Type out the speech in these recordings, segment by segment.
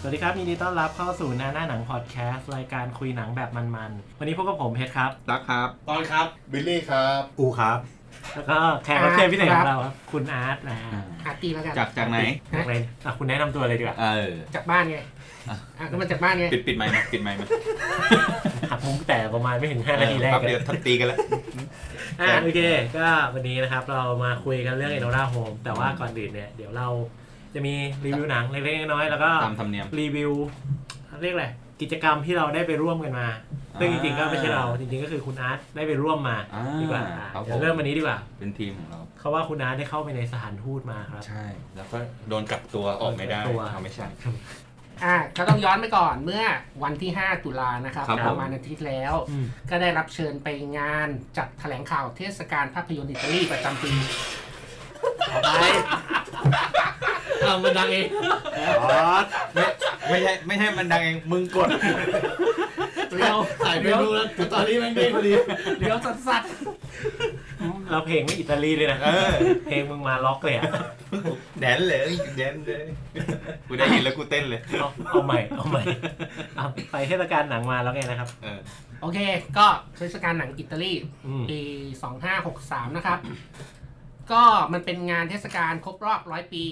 สวัสดีครับยินดีต้อนรับเข้าสู่หน้าหน้าหนังพอดแคสต์รายการคุยหนังแบบมันๆ วันนี้พบกับผมเพชรครับ รักครับ ตอนครับ บิลลี่ครับ อูครับ แล้วก็แขกรับเชิญพิเศษของเราครับ คุณอาร์ตนะฮะ อาร์ตีแล้วกัน จากจากไหน จากไหนอ่ะคุณแนะนำตัวเลยดีกว่า เออ จากบ้านไง อ่ะก็มันจากบ้านไง ปิดปิดไม้มาปิดไม้มา หักมุมแต่ประมาณไม่ถึง5นาทีแรก แป๊บ เล เดียวยทับตีกันแล้ว อ่ะโอเค ก็วันนี้นะครับเรามาคุยกันเรื่องเอโนล่าโฮมแต่ว่าก่อนอื่นเนี่ยเดี๋ยวเราจะมีรีวิวหนังเล็กๆน้อยๆแล้วก็ ตามธรรมเนียม รีวิวเรียกอะไรกิจกรรมที่เราได้ไปร่วมกันมาซึ่งจริงๆก็ไม่ใช่เราจริงๆก็คือคุณอาร์ตได้ไปร่วมมา อ่า ดีกว่า ครับผม เดี๋ยวเริ่มวันนี้ดีกว่า เป็นทีมของเรา เขาว่าคุณอาร์ตได้เข้าไปในสถานทูตมาครับ ใช่ แล้วก็โดนกักตัวออกไม่ได้ กักตัว เอาไม่ใช่ อ่ะก็ต้องย้อนไปก่อนเมื่อวันที่ 5 ตุลานะครับ ครับผม ประมาณอาทิตย์แล้ว อืม ก็ได้รับเชิญไปงานจัดแถลงข่าวเทศกาลภาพยนตร์อิตาลีประจำปี ต่อไปเอามันดังเอง ออส ไม่ไม่ใช่ไม่ใช่มันดังเอง มึงกด เรียว ถ่ายไปดูแล้วตอนนี้แม่งเด้งพอดี เรียวสัสสัส เราเพลงไม่อิตาลีเลยนะ เออ เพลงมึงมาล็อกเลยอะ แดนเลยแดนเลย กูได้ยินแล้วกูเต้นเลย เอาเอาใหม่เอาใหม่เอาไปเทศกาลหนังมาแล้วไงนะครับ เออ ๆโอเค ก็เทศกาลหนังอิตาลี อืม ปี 2563 นะครับ ก็มันเป็นงานเทศกาลครบรอบร้อยปี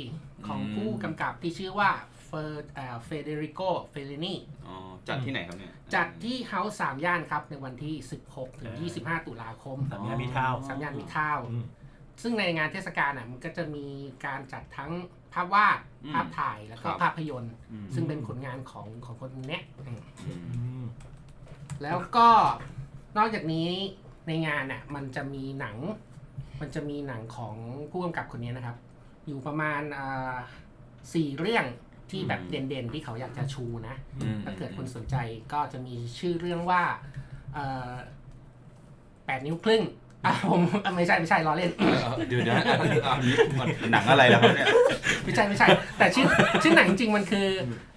ของ อืม ผู้กำกับที่ชื่อว่าเฟอร์เฟเดริโกเฟเลนี อ๋อ จัดที่ไหนครับเนี่ย จัดที่เฮาส์สามย่านครับ ในวันที่ 16 ถึง อ่า 25 ตุลาคม สามย่านมิตรทาวน์ สามย่านมิตรทาวน์ อืม ซึ่งในงานเทศกาลอ่ะมันก็จะมีการจัดทั้งภาพวาด อืม ภาพถ่ายแล้วคก็รับ ภาพยนตร์ อืม ซึ่งเป็นผลงานของของคนเนี้ยอืม อืม อืม แล้วก็นอกจากนี้ในงานอ่ะมันจะมีหนัง มันจะมีหนังของผู้กำกับคนนี้นะครับ อยู่ประมาณอ่าสี่เรื่องที่แบบเด่นๆ ที่เขาอยากจะชูนะ อืม ถ้าเกิดคนสนใจก็จะมีชื่อเรื่องว่าเอ่อแปดนิ้วครึ่งอ่ะผมอ่ะไม่ใช่ไม่ใช่ล้อเล่น เออเดี๋ยวเดี๋ยวนะอ่ะอ่ะนี่มันหนังอะไรแล้วครับเนี่ย ไม่ใช่ไม่ใช่ แต่ชื่อชื่อหนังจริงๆมันคือ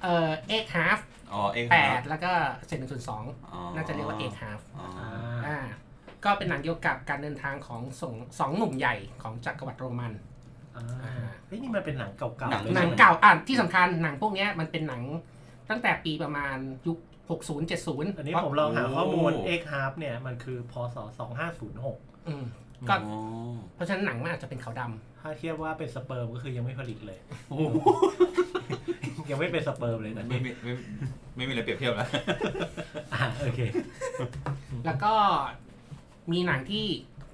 เอ่อเอ็กฮาฟ อ๋อ เอง แปดแล้วก็เศษหนึ่งส่วนสองน่าจะเรียกว่าเอ็กฮาฟ อ๋อ อ่า อ่าก็เป็นหนังเกี่ยวกับการเดินทางของสองสองหนุ่มใหญ่ของจักรวรรดิโรมัน อ่าเฮ้ยนี่มันเป็นหนังเก่า หๆนัง เลย หนังเก่าอ่ะที่สำคัญหนังพวกเนี้ยมันเป็นหนังตั้งแต่ปีประมาณยุค 60 70 อันนี้ผมลองหาข้อมูล X Half เนี่ยมันคือพศ2506 อืมก็ อ๋อ เพราะฉะนั้นหนังมันอาจจะเป็นขาวดำ ถ้าเทียบว่าเป็นสเปิร์มก็คือยังไม่ผลิตเลย ยังไม่เป็นสเปิร์มเลยนะ ไม่มีไม่ไม่มีอะไรเปรียบเทียบแล้ว อ่าโอเค แล้วก็มีหนังที่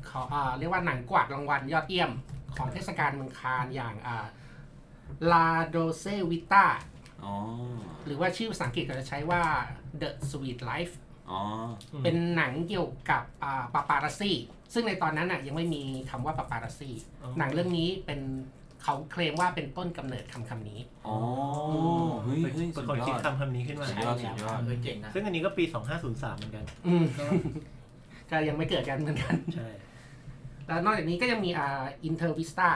เขาอ่าเรียกว่าหนังกวาดรางวัลยอดเยี่ยมของเทศกาลเมืองคานอย่างลาโดเซวิต้า อ๋อ หรือว่าชื่อภาษาอังกฤษก็จะใช้ว่า The Sweet Life อ๋อ อืม เป็นหนังเกี่ยวกับปาปารัสซี่า paparazzi ซึ่งในตอนนั้นน่ะยังไม่มีคำว่าปาปารัสซี่ อ๋อ หนังเรื่องนี้เป็นเขาเคลมว่าเป็นต้นกำเนิดคำคำนี้ อ๋อ เฮ้ยเฮ้ย เป็ สุ น ด คน ยอ คิด ด คำคำนี้ขึ้นมา สุดยอดสุดยอด ใช่แล้วครับ เออเจ๋งนะ ซึ่งอันนี้ก็ปี 2503 เหมือนกัน อืม ก็ยังไม่เกิดกันเหมือนกัน ใช่ แล้วนอกจากนี้ก็ยังมีอ่าอินเทอร์วิสตา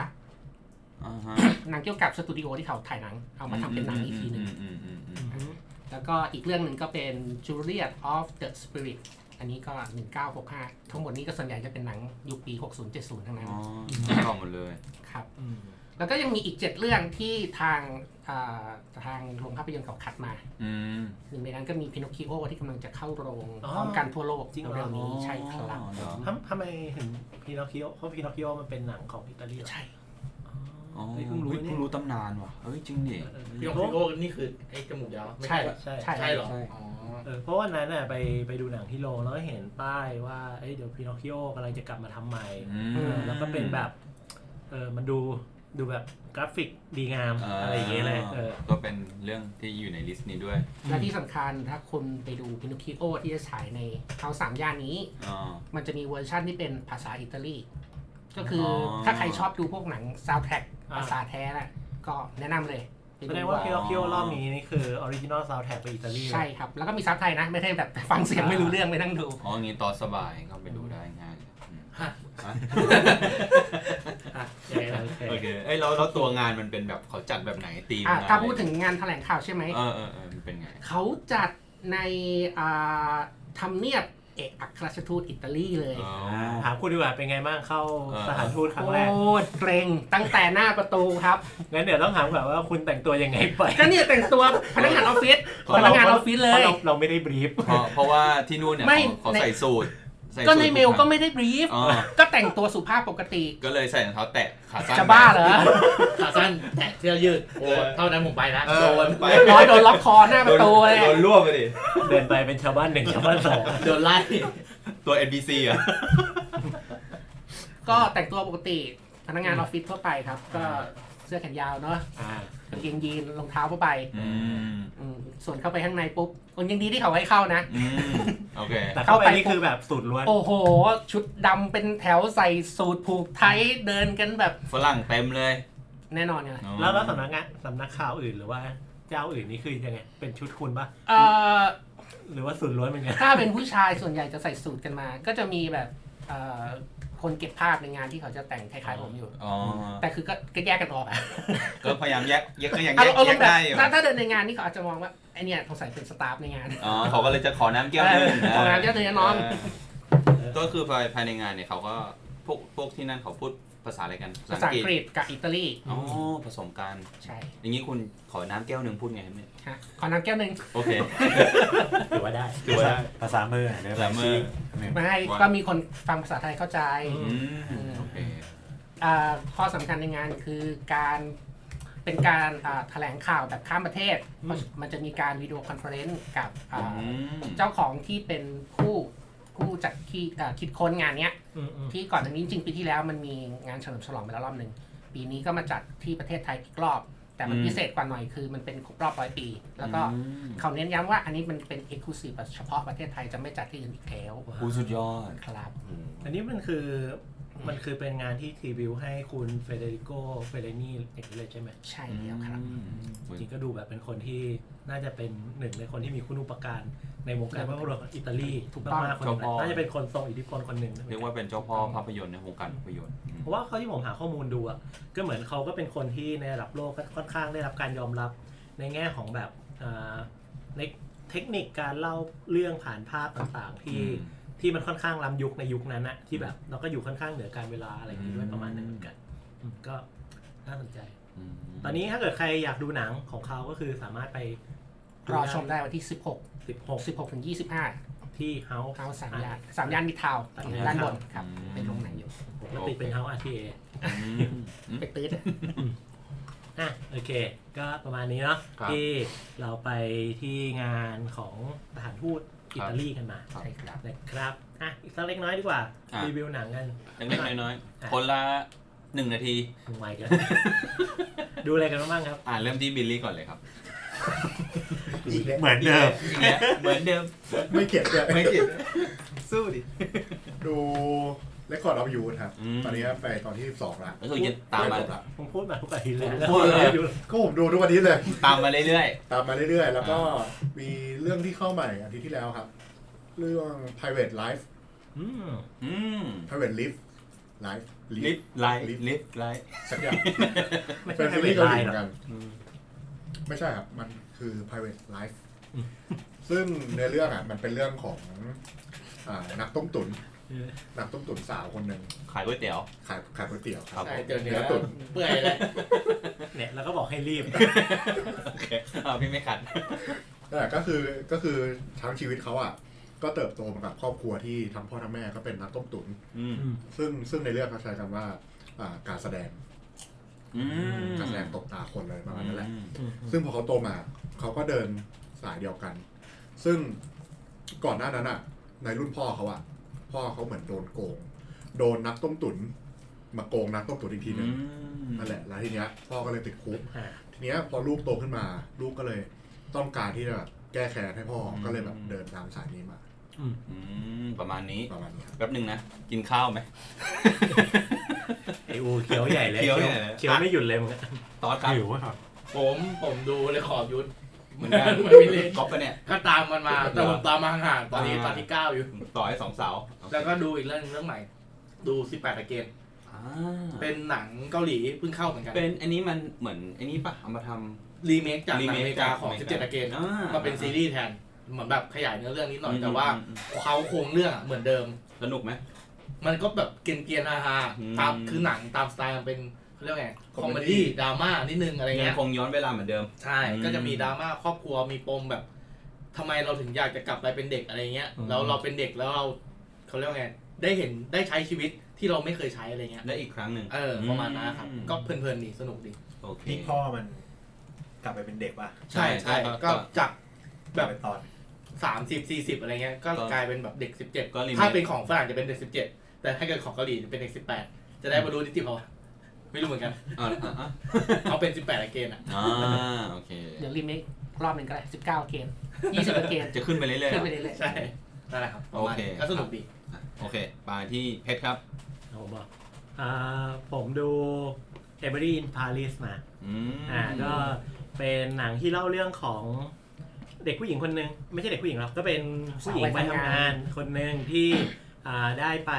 อ่าฮะ หนังเกี่ยวกับสตูดิโอที่เขาถ่ายหนัง เอามาทำเป็นหนังอีกทีหนึ่ง อืมอืมอืมอืม อืม แล้วก็อีกเรื่องหนึ่งก็เป็น Juliet of the Spirit อันนี้ก็ 1965 ทั้งหมดนี้ก็ส่วนใหญ่จะเป็นหนังยุคปี 60-70 ทั้งนั้น อ๋อต่อหมดเลย ครับ อืม แล้วก็ยังมีอีก 7 เรื่องที่ทางอ่าทางโรงภาพยนตร์เขาคัดมา อืม หนึ่งในนั้นก็มีพินอคคิโอที่กำลังจะเข้าโรงพร้อมกันทั่วโลกเร็วๆนี้ใช่ครับ อ๋อเหรอ ทำทำไมถึงพีนอคคิโอเพราะพีนอคคิโอมันเป็นหนังของอิตาลีเหรอ ใช่ อ๋อ เฮ้ เฮ้ ย ย เพิ่งรู้เนี่เพิ่งรู้เพิ่ ย งรู้ตำนานว่ะ เฮ้ยจริงดิ เออ พี่โอพี่โอนี่คือไอ้จมูกยาวไม่ ใช่ เหรอ ใช่ ใช่ ใช่เหรอ ใช่ อ๋อ เออเพราะวันนั้นน่ะไปไปดูหนังที่โรงแล้วก็เห็นป้ายว่าเอ้ยเดี๋ยวพีนอคคิโอกำลังจะกลับมาทำใหม่ อืม เออแล้วก็เป็นแบบเออมันดูดูแบบกราฟิกดีงามอะไรอย่างเงี้ยเลยเออ ก็เป็นเรื่องที่อยู่ในลิสต์นี้ด้วย และที่สำคัญถ้าคุณไปดูพินอคคิโอที่จะฉายในเขาสามย่านนี้ อ๋อ มันจะมีเวอร์ชั่นที่เป็นภาษาอิตาลี ก็คืออ อ ถ้าใครชอบดูพวกหนังซาวด์แทร็ก อ่า ภาษาแท้น่ะก็แนะนำเลยไป แสดงว่าพี ดู นอคคิโอรอบนี้นี่คือออริจินอลซาวด์แทร็กไปอิตาลีเลย ใช่ครับ แล้วก็มีซับไทยนะ ไม่ใช่แบบ ฟังเสียงไม่รู้เรื่องไปนั่งดู อ๋ออย่างงี้ตอนสบายก็ไปดูได้ง่ายเลยอืม ฮะ ฮะ อ่ะยังไงนะ โอเคเอ้ยแล้วแล้วตัวงานมันเป็นแบบเขาจัดแบบไหนตีม อ่ะ งน ถ้าพูดถึงงานแถลงข่าวใช่ไหม เออเออเออมันเป็นไง เขาจัดในอ่าทำเนียบ เอกอัครราชทูตอิตาลีเลย อ๋อ ถามคุณดีกว่าเป็นไงบ้างเข้า อ่า สถานทูตครั้ง โอ้ แรก เกรงตั้งแต่หน้าประตูครับ งั้นเดี๋ยวต้องถามก่อนว่าคุณแต่งตัวยังไงไป ก็เนี่ยแต่งตัวพนักงานออฟฟิศพนักงานออฟฟิศเล พราะ ย ราเราไม่ได้บรีฟ เพราะเพราะว่าที่นู่นเนี่ย ไม่ เขาเขาใส่สูตรใส่สูท ก็ในเมลก็ ทุครั้ง ไม่ได้บรีฟ อ๋อ ก็แต่งตัวสุภาพปกติ ก็เลยใส่รองเท้าแตะขาสั้น จะบ้าเหรอ ขาสั้นแตะเสื้อยืดโอ้ เออ เท่านั้นผมไปละ เอ โด อน ไป ร้อยโดนล็อกคอหน้าประตูเลย โดนรวบไปดิ เดินไปเป็นชาวบ้านหนึ่งชาวบ้านสอง โดนไล่ ตัว NBC อ่ะ ก็แต่งตัวปกติพนักงานออฟฟิศทั่วไปครับ ก็เสื้อแขนยาวเนาะ อ่าก างเกงยีนรองเท้าผ้าใบ อืม อืมส่วนเข้าไปข้างในปุ๊บคนยังดีที่เขาให้เข้านะ อืม โอเค แต่เข้าไปนี่คือแบบสูตรล้วน โอ้โห ชุดดำเป็นแถวใส่สูทผูกไทยเดินกันแบบ ฝรั่งเต็มเลย แน่นอนไง อ๋อ แล้วแล้วสำนักงานสำนักข่าวอื่นหรือว่าเจ้าอื่นนี่คือยังไง เป็นชุดคุณปะ เอ่อ หรือว่าสูตรล้วนเป็นไง ถ้าเป็นผู้ชายส่วนใหญ่จะใส่สูทกันมา ก็จะมีแบบเอ่อคนเก็บภาพในงานที่เขาจะแต่งคล้ายๆผมอยู่ อ๋อ แต่คือก็ก็แยกกันออกอะ ก็พยายามแยกแยกก็ยัง เอา แยก เอาล แย ง ก แบบ ได้อยู่ ถ้าถ้าเดินในงานนี่เขาอาจจะมองว่าไอเนี่ยสงสัยเป็นสตาฟในงาน อ๋อเขาก็เลยจะขอน้ำแก้วหนึง เออขอน้ำแก้วหนึ่งนะน้อง เก็คือภายภายในงานเนี่ยเขาก็พวกพวกที่นั่นเขาพูดภาษาอะไรกัน ภาษาอังกฤษกับอิตาลี อ๋อผสมกัน ใช่ อย่างนี้คุณขอน้ำแก้วหนึ่งพูดไงครับเนี่ย ฮะขอน้ำแก้วหนึ่ง โอเค ถือว่าได้ ถือว่าได้ ภาษามือเนี่ย ภาษามือ ไม่ให้ ว่า ก็มีคนฟังภาษาไทยเข้าใจ อืมโอเค เอ่อข้อสำคัญในงานคือการเป็นการอ่าแถลงข่าวแบบข้ามประเทศ มันจะมีการวิดีโอคอนเฟอเรนซ์กับอ่า อืม เจ้าของที่เป็นผู้ผู้จัดที่เอ่อคิดค้นงานเนี้ย อืมอืม ที่ก่อนอันานี้จริงๆปีที่แล้วมันมีงานเฉลิมฉลองไปแล้วรอบหนึ่งปีนี้ก็มาจัดที่ประเทศไทยอีกรอบ แต่มันพิเศษกว่าหน่อยคือมันเป็นครบรอบร้อยปี แล้วก็ อืม เขาเน้นย้ำว่าอันนี้มันเป็นเอกลูซีฟเฉพาะประเทศไทยจะไม่จัดที่อื่นอีกแล้ว โอ้สุดยอด ครับ อันนี้มันคือมันคือเป็นงานที่รีวิวให้คุณเฟเดริโกเฟเรนี่อย่างนี้เลยใช่ไหม ใช่แล้วครับ อืม จริงๆก็ดูแบบเป็นคนที่น่าจะเป็นหนึ่งในคนที่มีคุณูปการในวงการภาพยนตร์ของอิตาลี ถูกต้อง มากๆคนหนึ่งนะน่าจะเป็นคนทรงอิทธิพลคนหนึ่งนะ เรียกว่าเป็นเจ้าพ่อภาพยนตร์ในวงการภาพยนตร์อืม เพราะว่าเขาที่ผมหาข้อมูลดูอ่ะก็เหมือนเขาก็เป็นคนที่ในระดับโลกก็ค่อนข้างได้รับการยอมรับในแง่ของแบบอ่าในเทคนิคการเล่าเรื่องผ่านภาพต่างๆ ที่ที่มันค่อนข้างล้ำยุคในยุคนั้นอะที่แบบเราก็อยู่ค่อนข้างเหนือการเวลาอะไรอย่างนี้ด้วยประมาณนึงเหมือนกันอืมก็น่าสนใจ อืม ตอนนี้ถ้าเกิดใครอยากดูหนังของเขาก็คือสามารถไป รอชมได้วันที่ 16 16 16ถึง25 ที่เฮา เท้าสามย่านสามย่านมิดทาวน์ สามย่าน ด้านบนครับเป็นโรงหนังอยู่ ปกติเป็นเฮา RTA อืมอืม ไปตื้อ อ่ะโอเค ก็ประมาณนี้เนาะ ครับ ที่เราไปที่งานของสถานทูต คอิรับตาลีกันมา ใช่ครับ นะครับอ่ะอีกสักเล็กน้อยดีกว่า อ่ะ รีวิวหนังกัน เล็กๆน้อยๆ คนละหนึ่งนาที ทำไมกัน ดูอะไรกันบ้างครับ อ่านเริ่มที่บิลลี่ก่อนเลยครับ เหมือนเดิม อีกแล้วเหมือนเดิม ไม่เก็บด้วย ไม่เก็บสู้ดิ ดูเลคคอร์ดออฟยูครับ อืม ตอนนี้ไปตอนที่ 12ละ รู้สึกจะตามมา ละ ผมพูดมาทุกอาทิตย์เลย พูดเลย ดู ก็ผมดูทุกวันนี้เลย ตามมาเรื่อย ตามมาเรื่อยๆ แล้วก็มีเรื่องที่เข้าใหม่อาทิตย์ที่แล้วครับ เรื่อง private life อืม ๆ อืม private life life ลิฟ live ต์ไลท์ลิฟต์ไลท์ สักอย่าง ไม่ใช่ เป็น ไฮ ซี เวทรีส์ ไล เกาหลี น์หรอกเหมือนกัน ไม่ใช่ครับ มันคือ private life ซึ่งในอเรื่องอ่ะ มันเป็นเรื่องของอ่านักต้มตุ๋น เออ นักต้มตุ๋นสาวคนหนึ่ง ขายก๋วยเตี๋ยว ขายขายก๋วยเตี๋ยว ครับ ใช่เจอเนื้อ เนื้อตุ๋น เปื่อยเลย เนี่ยแล้วก็บอกให้รีบ โอเคอ่าพี่ไม่ขัด นั่นแหละก็คือก็คือทั้งชีวิตเขาอ่ะ ก็เติบโตมากับครอบครัวที่ทั้งพ่อทั้งแม่ก็เป็นนักต้มตุ๋น อืม ซึ่งซึ่งในเรื่องเขาใช้คำว่าอ่าการแสดง อืม การแสดงตบตาคนเลยประมาณนั้นแหละ อืม ซึ่งพอเขาโตมาเขาก็เดินสายเดียวกัน ซึ่งก่อนหน้านั้นอ่ะ ในรุ่นพ่อเขาอ่ะ พ่อเขาเหมือนโดนโกง โดนนักต้มตุ๋นมาโกงนักต้มตุ๋นอีกทีหนึงนั่นแหละแล้วทีเนี้ยพ่อก็เลยติดคุก อ่า ทีเนี้ยพอลูกโตขึ้นมา ลูกก็เลยต้องการที่จะแบบแก้แค้นให้พ่อก็เลยแบบเดินตามสายนี้มา อืม ประมาณนี้ ประมาณเนี้ย แป๊บหนึ่งนะ กินข้าวไหม ไออูเขียวใหญ่เลย เขียวใหญ่เลย เขียวไม่หยุดเลยมึงอะ ตอสครับ หิวอะครับ ผมผมดูเลยขอบยุทธ เหมือนกัน ไม่มีเล่น ก๊อปปะเนี่ย ก็ตามมันมา แต่ผมตามมาห่างๆตอนนี้ตอนที่เก้าอยู่ ต่อให้สองเสาว แล้วก็ดูอีกเรื่องหนึ่งเรื่องใหม่ ดู 18 a g a i n เป็ เป็น นหนังเกาหลีเพิ่งเข้าเหมือนกัน เป็น อันนี้มันเหมือน อันนี้ปะเอามาทำ รีเมคจากหนังอ remake เมริกาของ จ 17 a g a i n อ่ มาเป็นซีรีส์แทน เหมือนแบบขยายเนื้อเรื่องนิดหน่อย อืม แต่ว่า อืมอื เขาโครงเรื่องอะเหมือนเดิม สนุกไหม มันก็แบบเกรียนเกรียนอาฮา อืม ตามคือหนังตามสไตล์มันเป็นเขาเรียกว่าไงคอมเม Comedy ดี้ดราม่านิดนึงอะไร ยั เงี้ ง ย คงย้อนเวลาเหมือนเดิม ใช่ อืม ก็จะมีดราม่าครอบครัวมีปมแบบทำไมเราถึงอยากจะกลับไปเป็นเด็กอะไรเงี้ย อืม แล้วเราเป็นเด็กแล้วเราเขาเรียกว่าไงได้เห็นได้ใช้ชีวิตที่เราไม่เคยใช้อะไรเงี้ย ได้อีกครั้งหนึ่ง เออประมาณนั้นครับ อืม ก็เพลินๆดีสนุกดี โอเค นี่พ่อมันกลับไปเป็นเด็กป่ะ ใช่ ใช่คใช่รับ ก็จาก ก แบ ลับบ ไปตอน สามสิบสี่สิบอะไรเงี้ยก็ ก็ กลายเป็นแบบเด็กสิบเจ็ด ก็ remake ถ้าเป็นของฝรั่งจะเป็นเด็กสิบเจ็ดแต่ถ้าเกิดของเกาหลีจะเป็นเด็กสิบแปดจะได้บรรลุนิติภาวะไม่รู้เหมือนกัน อ่าอ่าอ่า เขาเป็นสิบแปดเกณฑ์อ่ะ อ่าโอเค เดี๋ยวรีเมครอบหนึ่งก็ได้สิบเก้าเกมยี่สิบเกม จะขึ้นไปเรื่อยๆ ขึ้นไป อ่ะ เรื่อย ใช่นั่นแหละครับประมาณ โอเค ก็สนุกดี โอเคไปที่เพชรครับ ผมบอกอ่าผมดู Emily in Paris มา อืม อ่าก็เป็นหนังที่เล่าเรื่องของเด็กผู้หญิงคนหนึ่งไม่ใช่เด็กผู้หญิงหรอกก็เป็นผู้หญิงไปทำงานคนหนึ่งที่อ่าได้ไป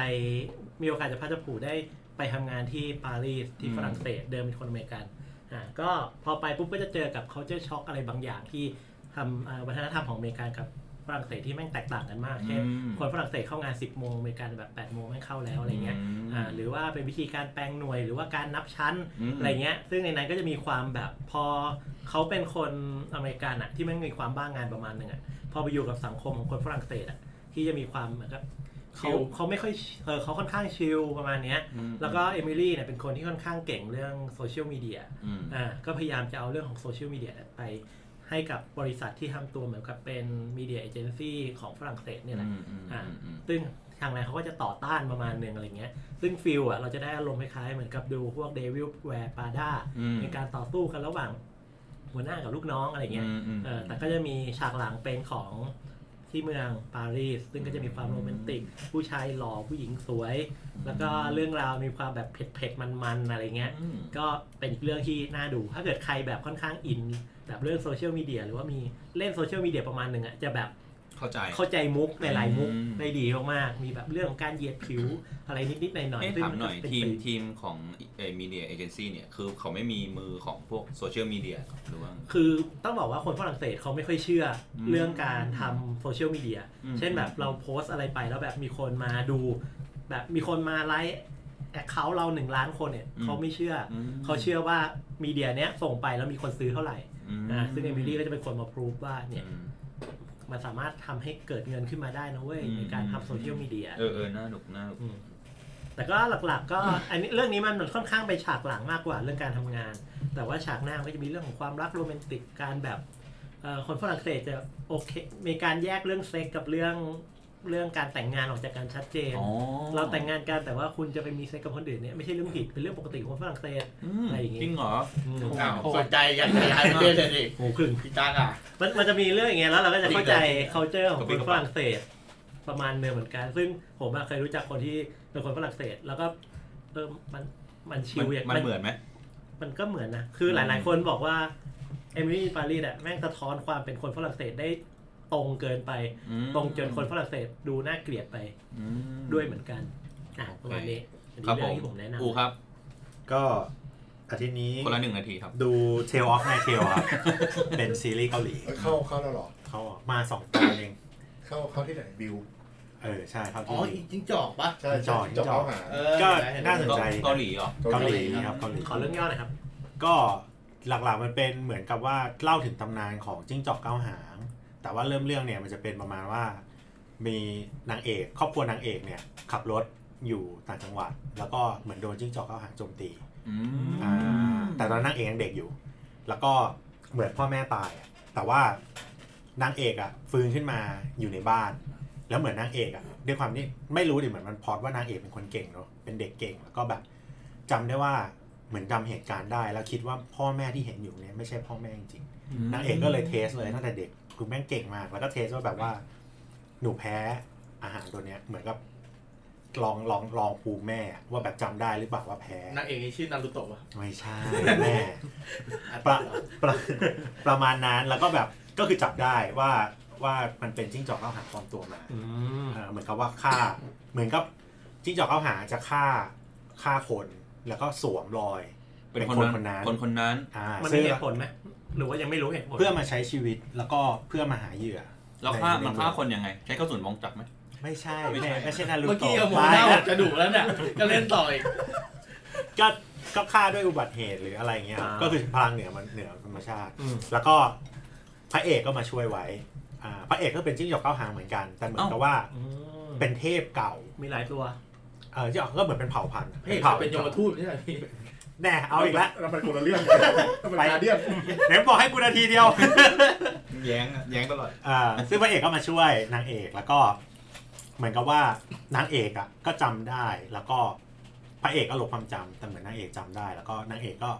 มีโอกาสจะพัฒผูได้ไปทำงานที่ปารีสที่ฝรั่งเศสเดิมเป็นคนอเมริกันอ่าก็พอไปปุ๊บก็จะเจอกับเขาเจอช็อกอะไรบางอย่างที่ทำอ่าวัฒนธรรมของอเมริกันกับฝรั่งเศสที่แม่งแตกต่างกันมากเช่นคนฝรั่งเศสเข้างาน 10โมงอเมริกันแบบ8โมงแม่งเข้าแล้วอะไรเงี้ย ม อ่าหรือว่าเป็นวิธีการแปลงหน่วยหรือว่าการนับชั้น อืม อะไรเงี้ย ซึ่งในนั้นก็จะมีความแบบพอเขาเป็นคนอเมริกันอะที่แมันมีความบ้างงานประมาณหนึ่งอะพอไปอยู่กับสังคมของคนฝรั่งเศสอะที่จะมีความเหมือนกับเขา ชิล เขาไม่ค่อยเออเขาค่อนข้างชิลประมาณเนี้ย อืม แล้วก็เอมิลี่เนี่ยเป็นคนที่ค่อนข้างเก่งเรื่องโซเชียลมีเดีย อืม อ่าก็พยายามจะเอาเรื่องของโซเชียลมีเดียไปให้กับบริษัทที่ทำตัวเหมือนกับเป็นมีเดียเอเจนซี่ของฝรั่งเศสเนี่ยแหละ อืมอืมอืมอืม ซึ่งทางไหนเขาก็จะต่อต้านประมาณหนึ่งอะไรเงี้ย ซึ่งฟิลอ่ะเราจะได้อารมณ์คล้ายๆเหมือนกับดูพวกเดวิลแวร์ปาด้า อืม เป็นการต่อสู้กันระหว่างหัวหน้ากับลูกน้องอะไรเงี้ย มม เออแต่ก็จะมีฉากหลังเป็นของที่เมืองปารีส ซึ่งก็จะมีความโรแมนติก ผู้ชายหล่อผู้หญิงสวย แล้วก็เรื่องราวมีความแบบเผ็ดๆมันๆอะไรเงี้ย ก็เป็นอีกเรื่องที่น่าดู ถ้าเกิดใครแบบค่อนข้างอิน แบบเรื่องโซเชียลมีเดียหรือว่ามีเล่นโซเชียลมีเดียประมาณหนึ่งอ่ะจะแบบ เข้าใจ เข้าใจมุกในหลายมุก อืม ได้ดีมากๆ มีแบบเรื่องของการเหยียดผิวอะไรนิดๆหน่อย เอ๊ะ ๆซึ่ง ถามหน่อย ก็เป็ ทีม ไป ทีมของเอมีเดียเอเจนซี่เนี่ย คือเขาไม่มีมือของพวกโซเชียลมีเดียหรือว่า คือต้องบอกว่าคนฝรั่งเศสเขาไม่ค่อยเชื่ออ ม เรื่องการทำโซเชียลมีเดีย อืม เช่นแบบเราโพสต์อะไรไปแล้วแบบมีคนมาดู แบบมีคนมาไลค์แอคเคาท์เราหนึ่งล้านคนเนี่ย อืม เขาไม่เชื่ออ อืม เขาเชื่อว่ามีเดียเนี้ยส่งไปแล้วมีคนซื้อเท่าไหร่ ม อ่าซึ่งเอมิลี่ก็จะเป็นคนมาพรูฟว่าเนี่ย อืม มันสามารถทำให้เกิดเงินขึ้นมาได้นะเว้ย อืม ในการทำโซเชียลมีเดีย เออเออน่าหนุกน่าหนุก อืมแต่ก็หลักๆ ก็ อันนี้เรื่องนี้มันเหมือนค่อนข้างไปฉากหลังมากกว่าเรื่องการทำงาน แต่ว่าฉากหน้าก็จะมีเรื่องของความรักโรแมนติกการแบบเอ่อคนฝรั่งเศสจะโอเค มีการแยกเรื่องเซ็กกับเรื่องเรื่องการแต่งงานออกจากกันชัดเจน อ๋อ เราแต่งงานกันแต่ว่าคุณจะไปมีเซ็กกับคนอื่นเนี่ยไม่ใช่เรื่องผิดเป็นเรื่องปกติของคนฝรั่งเศส อืม อะไรอย่างงี้ จริงเหรอ อืม อ้าวสนใจยันขยายไปเรื่อยเลยดิ โอ้โหครึ่ง พี่จ้างอ่ะ มันมันจะมีเรื่องอย่างเงี้ยแล้วเราก็จะเข้าใจ culture ของ กระ ค ปี้ น กระ ฝ เป๋า รั่งเศสประมาณเนึงเหมือนกัน ซึ่งผมอะเคยรู้จักคนที่เป็นคนฝรั่งเศส แล้วก็เออมันมันชิ มั ล น อย่าง มันเหมือนไหม มันก็เหมือนนะ คือหลายๆคนบอกว่าเอมิลี่ปารีสอะแม่งสะท้อนความเป็นคนฝรั่งเศสได้ตรงเกินไป อืม ตรงจนคนฝรั่งเศสดูน่าเกลียดไป อืม ด้วยเหมือนกันอ่ะประมาณนี้อัน ครับ นี้เรื่ ผ อง ม ที่ผมแนะนำ อูครับ ก็อาทิตย์นี้ คนละหนึ่งนาทีครับ ดู Tale of Night Tale ครับ เป็นซีรีส์เกาหลี เอ้ยเข้าเข้าแล้วเหรอ เขามาสองตอนเอง เข้าเข้าที่ไหนบิว เออ ใช่เท่า อ๋อที่ดี อีกจิ้งจอกปะ ใช่จจอ อ ด ด จอด เข้าหา เออ ก็ เห็ไหม น่าสน เห็ไหม ใจ เกาหลีเหรอ เกา เกา ห ห ลี ลีครับเกาหลี ขอเรื่องย่อหน่อยครับ ก็หลักๆมันเป็นเหมือนกับว่าเล่าถึงตำนานของจิ้งจอกเก้าหาง แต่ว่าเริ่มเรื่องเนี่ยมันจะเป็นประมาณว่า มีนางเอกครอบครัวนางเอกเนี่ยขับรถอยู่ต่างจังหวัด แล้วก็เหมือนโดนจิ้งจอกเก้าหางโจมตี อืม อ่าแต่ตอนนนนางเอกยังเด็กอยู่ แล้วก็เหมือนพ่อแม่ตายอะแต่ว่านางเอกอะฟื้นขึ้นมาอยู่ในบ้าน แล้วเหมือนนางเอกอะด้วยความที่ไม่รู้ดิเหมือนมันพล็อดว่านางเอกเป็นคนเก่งเนาะเป็นเด็กเก่งแล้วก็แบบจำได้ว่าเหมือนจำเหตุการณ์ได้ แล้วคิดว่าพ่อแม่ที่เห็นอยู่เนี่ยไม่ใช่พ่อแม่จริงๆนางเอกก็เลยเทสเลยตั้งแต่เด็กคือแม่งเก่งมาก แล้วก็เทสว่าแบบว่าหนูแพ้อาหารตัวเนี้ยเหมือนกับลองลองลองภูมิแม่อะว่าแบบจำได้หรือเปล่าว่าแพ้ นางเอกนี่ชื่อนารุโตะวะ ไม่ใช่ แม่ประประประมาณนั้นแล้วก็แบบก็คือจับได้ว่าว่ามันเป็นจิ้งจอกเข้าหางปลอมตัวมา อืม เออเหมือนกับว่าฆ่า เหมือนกับจิ้งจอกเข้าหางจะฆ่าฆ่าคนแล้วก็สวมรอย เป็นคนนั้น เป็นคนคนนั้น คนคนนั้น อ่า มัน ซึ่ มี ง เหตุผลไหมหรือว่ายังไม่รู้เหตุผล เพื่อมาใช้ชีวิตแล้วก็เพื่อมาหาเหยื่อ แล้วฆ่า ใน มันฆ่าคนยังไง ใช้กระสุนมองจับไหม ไม่ใช่ไม่ใช่ไม่ใช่นารู เมื่อ โต กี้เอาหมอะ หน้า ไป บอกจะดุแล้วเนี่ยก็เล่นต่ออีก ก็ก็ฆ่าด้วยอุบัติเหตุหรืออะไรเงี้ยครับ อ่า ก็คือพลังเหนือมันเหนือธรรมชาติ อืม แล้วก็พระเอกก็มาช่วยไว้อ่าพระเอกก็เป็นจิ้งจอกเก้าหางเหมือนกัน แต่เหมือนกับว่าเป็นเทพเก่า มีหลายตัว เออจิ้งจอกก็เหมือนเป็นเผ่าพันธุ์ เฮ้ย เผ่า เป็นยมทูตไม่ใช่พี่ แน่เอาอีกแล้ว เราเป็นคนละเรื่อง เราเป็นการเดียน เดี๋ยวบอกให้กูนาทีเดียว แย้งอะแย้งตลอด อ่าซึ่งพระเอกก็มาช่วยนางเอกแล้วก็ เหมือนกับว่านางเอกอ่ะก็จำได้แล้วก็พระเอกก็หลบความจำแต่เหมือนนางเอกจำได้ แล้วก็นางเอกก็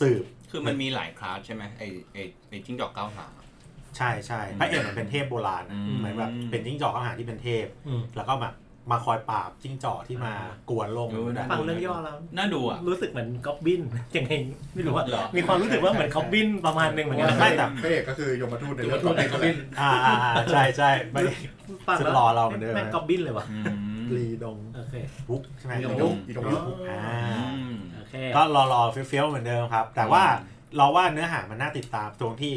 สืบ คือมันมีหลายคลาสใช่ไหมไอไอไอจิ้งจอกเก้าวหาง ใช่ใช่พระเอกมันเป็นเทพโบราณ อื อะ ม เหมือนแบบเป็นจิ้งจอกอาหารที่เป็นเทพ อืม แล้วก็มามาคอยปราบจิ้งจอกที่มากวนโลกมนุษย์อะ ฟังเรื่องย่อแล้ว น่าดูอ่ะ รู้สึกเหมือนก๊อบบินยังไงไม่รู้ว่า เหรอ มีความรู้สึกว่าเหมือนก๊อบบินประมาณหนึงเหมือนกัน ไม่แต่ พระเอกก็คือยมทูตใน ย เรื่อมง ทู ต่ ต อ ไหน ไป ก็ เขา เป็ เล่ น น อ่าอ่าอ่าใช่ใช่ไม่ ฟัง จะรอเราเหมือนเดิม แม่งก๊อบบินเลยว่ะ อืม ลีดง โอเค บุ๊กใช่ไหม ลี อีด ดงงยุกอีดงยุก อ่า อืม โอเค ก็รอรอๆเฟี้ยวๆเหมือนเดิมครับ แต่ว่าเราว่าเนื้อหามันน่าติดตามตรงที่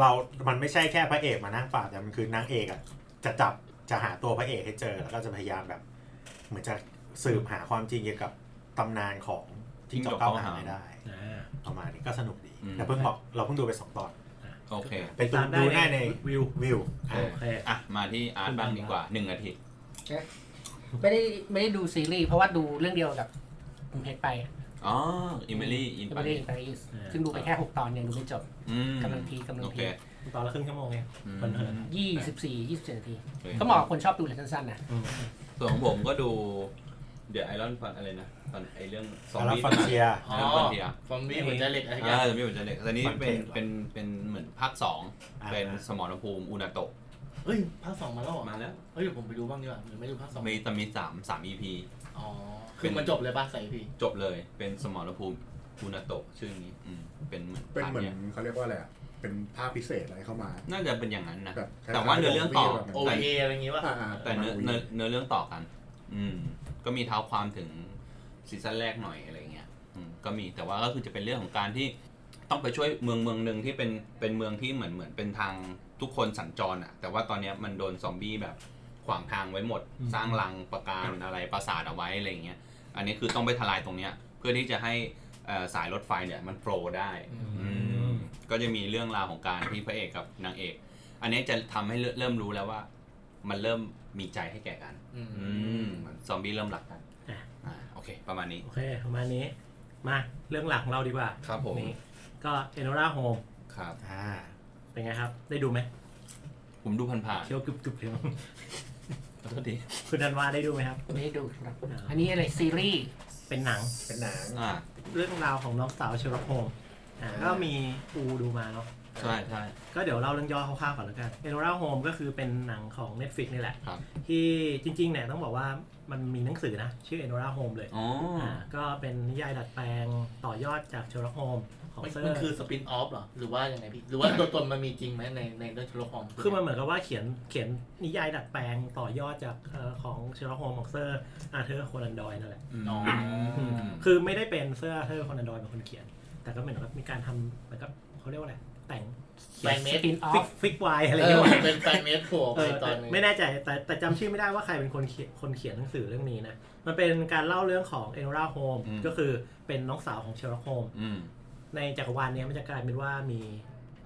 เรา มันไม่ใช่แค่พระเอกมานั่งปราบแต่มันคือนางเอกอะจะจับจะหาตัวพระเอกให้เจอแล้วก็จะพยายามแบบ เหมือนจะสืบหาความจริงเกี่ยวกับตำนานของจิ้งจอกเก้าหางให้ได้ อ่า ประมาณนี้ก็สนุกดี อืม แต่เพิ่งบอกเราเพิ่งดูไปสองตอน โอเค ไปดูดูได้ใน วิว วิว เอ อ่ะ อ โอเค อ่ะ มาที่อาร์ตบ้างดีกว่าหนึ่งอาทิตย์ ไม่ได้ไม่ได้ดูซีรีส์เพราะว่าดูเรื่องเดียวกับผมเพชรไป อ๋ออิมเบรี่อิน ไม่ ปา ได้ รี อินปารีส อ่า ซึ่งดูไปแค่ 6 ตอนยังดูไม่จบ อืม กำลังพีคกำลังพีค โอเค ตอนละครึ่งชั่วโมงเอง อืม บันเทิง 24 27นาที โค ก็เหมาะกับคนชอบดูอะไรสั้นๆนะ ส่วนของผมก็ดูเดี๋ยวไอรอนฟันอะไรนะฟันไอเรื่องซอม แล้ว บี้ ฟันเชีย อ๋อฟอมบี้หัวใจเหล็กอะไรอย่าอ่างเงี้ย แต่ไม่เหมือนจะเด็กแต่นี่เป็น Frontier เป็นเป็นเหมือนภาคสองเป็นสมรภูมิอุนาโตะ เฮ้ยภาคสองมาแล้วเหรอ มาแล้ว เฮ้ยเดี๋ยวผมไปดูบ้างดีกว่าหรือไม่ดูภาคสอง มีแต่มีสามสาม EP อ๋อคือมันจบเลยป่ะใส่พี่ จบเลยเป็นสมรภูมิอุนาโตะชื่อนี้อืมเป็นเหมือน เป็นเหมือน ภาคย เขาเรียกว่าอะไรอะเป็นภาคพิเศษอะไรเข้ามา น่าจะเป็นอย่างนั้นนะ แบบ แต่ว่าเนื้อเรื่องต่อ โอเออะไรอย่างงี้ป่ะ อ่าๆ แต่เนื้อ ประมาณ เนื้อเนื้อเรื่องต่อกัน อืม ก็มีเท้าความถึงซีซั่นแรกหน่อยอะไรเงี้ย อืม ก็มี แต่ว่าก็คือจะเป็นเรื่องของการที่ต้องไปช่วยเมืองเมืองหนึ่งที่เป็นเป็นเมืองที่เหมือนเหมือนเป็นทางทุกคนสัญจรอ่ะ แต่ว่าตอนเนี้ยมันโดนซอมบี้แบบขวางทางไว้หมด อืม สร้างรังประการอะไรปราสาทเอาไว้อะไรเงี้ย อันนี้คือต้องไปทลายตรงเนี้ย เพื่อที่จะให้เอ่อสายรถไฟเนี่ยมันโฟลว์ได้ อืมก็จะมีเรื่องราวของการที่พระเอกกับนางเอก อันนี้จะทำให้เริ่มรู้แล้วว่า มันเริ่มมีใจให้แก่กัน อืม อืมซอมบี้เริ่มรักกัน อ่ะ อ่าโอเค ประมาณนี้ โอเคประมาณนี้ มาเรื่องหลักของเราดีกว่า ครับผม นี่ก็เอโนราโฮม ครับ อ่า เป็นไงครับ ได้ดูไหม ผมดูผ่าน เคี้ยวกรึบๆเลยมั้ง ๆขอโทษที คุณธันวาได้ดูไหมครับ ไม่ได้ดูครับ อ่า อันนี้อะไรซีรีส์ เป็นหนัง เป็นหนัง อ่า เรื่องราวของน้องสาวเชอร์ล็อกโฮมอ่าก็มีอูดูมาเนาะ ใช่ใช่ ก็เดี๋ยวเล่าเรื่องย่อคร่าวๆก่อนแล้วกัน e n o r a Home ก็คือเป็นหนังของ Netflix นี่แหละ ครับ ที่จริงๆเนี่ยต้องบอกว่ามันมีหนังสือนะ ชื่อ e n o r a Home เลย อ๋ออ่า ่าก็เป็นนิยายดัดแปลงต่อยอดจาก Sherlock Holmes ของ มัน เซอ มันคือ ร์ สปินออฟเหรอ หรือว่ายังไงพี่ หรือว่าตัวตนมันมีจริงไหมในในเรื่องชลคอม คือมันเหมือนกับว่าเขียนเขียนนิยายดัดแปลงต่อยอดจากเอ่อของ Sherlock Holmes ของเซอร์อาเธอร์โคนันดอยนั่นแหละ อ๋ออืม คือไม่ได้เป็นเซอร์อาเธอร์โคนันดอยเป็นคนเขียน แต่ก็เหมือนกับมีการทำเหมือนกับเขาเรียกว่าอะไรแต่ง แฟนเม ส ด ปินออ ฟิก ฟ ฟิกไวอะไรอ เอย่าง เงี้ย อเป็นแฟนเมดโผล่ เอ ไป อ ต แต่ อนหนึง ไม่แน่ใจแต่แต่จำชื่อไม่ได้ว่าใครเป็นคนเขียนคนเขียนหนังสือเรื่องนี้นะ มันเป็นการเล่าเรื่องของเอ o นราโฮมก็คือเป็นน้องสาวของเชลล็อกโฮม อืม ในจักรวาลเนี้ยมันจะกลายเป็นว่ามี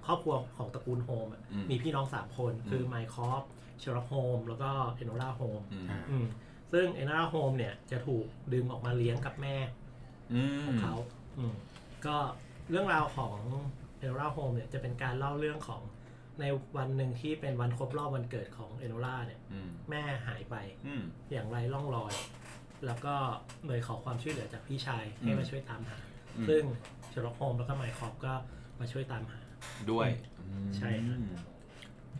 ครอบครัวของตระกูลโฮมอะ อืม มีพี่น้องสามคน คือ ม ไมค์คอฟเชลล็อกโฮมแล้วก็เอ o นราโฮม อืม อืมซึ่งเอ o นราโฮมเนี่ยจะถูกดึงออกมาเลี้ยงกับแม่ อื ของ ม เขาอืมก็เรื่องราวของเอ o นราโฮมเนี่ยจะเป็นการเล่าเรื่องของในวันหนึ่งที่เป็นวันครบรอบวันเกิดของเอ o นราเนี่ย อืม แม่หายไป อืม อย่างไรร่องรอย แล้วก็เลยขอความช่วยเหลือจากพี่ชายให้ อืม มาช่วยตามหา อืม ซึ่งเชลล็อกโฮมแล้วก็ไมค์คอฟก็มาช่วยตามหา ด้วย ใช่ครับ อืม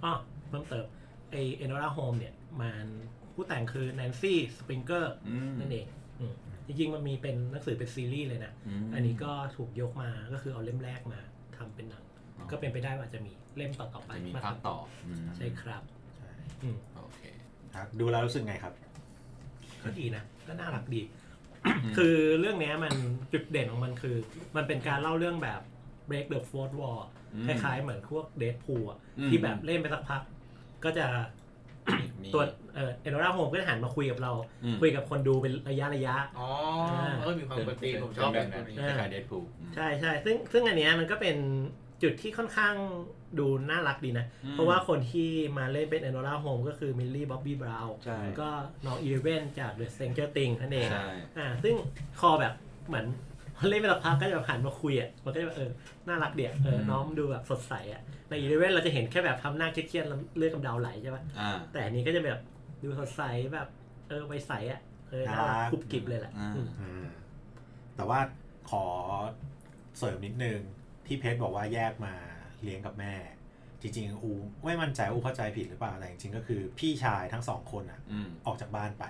อ้อเพิ่มเติมไอเอนอร่าโฮมเนี่ย มันผู้แต่งคือแนนซี่สปริงเกอร์ อืม นั่นเองอืมจริงๆ มันมีเป็นหนังสือเป็นซีรีส์เลยนะ ม อันนี้ก็ถูกยกมาก็คือเอาเล่มแรกมาทำเป็นหนัง ก็เป็นไปได้ว่าอาจจะมีเล่มต่อๆไป จะมี มา ภาค ทำ ต่ออืม ใช่ครับ ใช่ อืม โอเค ครับดูแล้วรู้สึกไงครับ ก็ดีนะ ก็น่ารักดี คือเรื่องเนี้ยมันจุดเด่นของมันคือ มันเป็นการเล่าเรื่องแบบ break the fourth wall อืม คล้ายๆเหมือนพวกเดทพูล อืม ที่แบบเล่นไปสักพัก ก็จะ มี ตัวเอ่อเอโนราโฮมก็จะหันมาคุยกับเรา อืม คุยกับคนดูเป็นระยะระยะ อ๋อเออมีความ เป็น กวนตีนผมชอบ แบ แบบ บ นั้น นี้ เออ คล้ายเดดพู ใช่ใช่ซึ่งซึ่งอันเนี้ยมันก็เป็นจุดที่ค่อนข้างดูน่ารักดีนะ อืม เพราะว่าคนที่มาเล่นเป็นเอโนราโฮมก็คือมิลลี่บ๊อบบี้บราวน์ ใช่ ก็น้องอีเลเวนจากเดอะ r a งเกอร์ติงนั่นเอง ใช่ อ่าซึ่งคอแบบเหมือน เล่นไปสักพักก็จะแบบหันมาคุยอ่ะมันก็จะแบบเออน่ารักเดียเออน้องดูแบบสดใสอ่ะในอีเลเวนเราจะเห็นแค่แบบทำหน้าเครียดๆแล้วเลือดกำเดาไหลใช่ปะ อ่า แต่อันนี้ก็จะแบบดูสดใสแบบเออไปใสอ่ะเออน่ารัก น่ารัก กรุบกริบเลยแหละ อ่า อืม อืมแต่ว่าขอเสริมนิดนึง ที่เพชรบอกว่าแยกมาเลี้ยงกับแม่ จริงๆ อู ไม่มั่นใจว่าอูเข้าใจผิดหรือเปล่าแต่จริงๆ ก็คือพี่ชายทั้งสองคนอ่ะ อืม ออกจากบ้านไป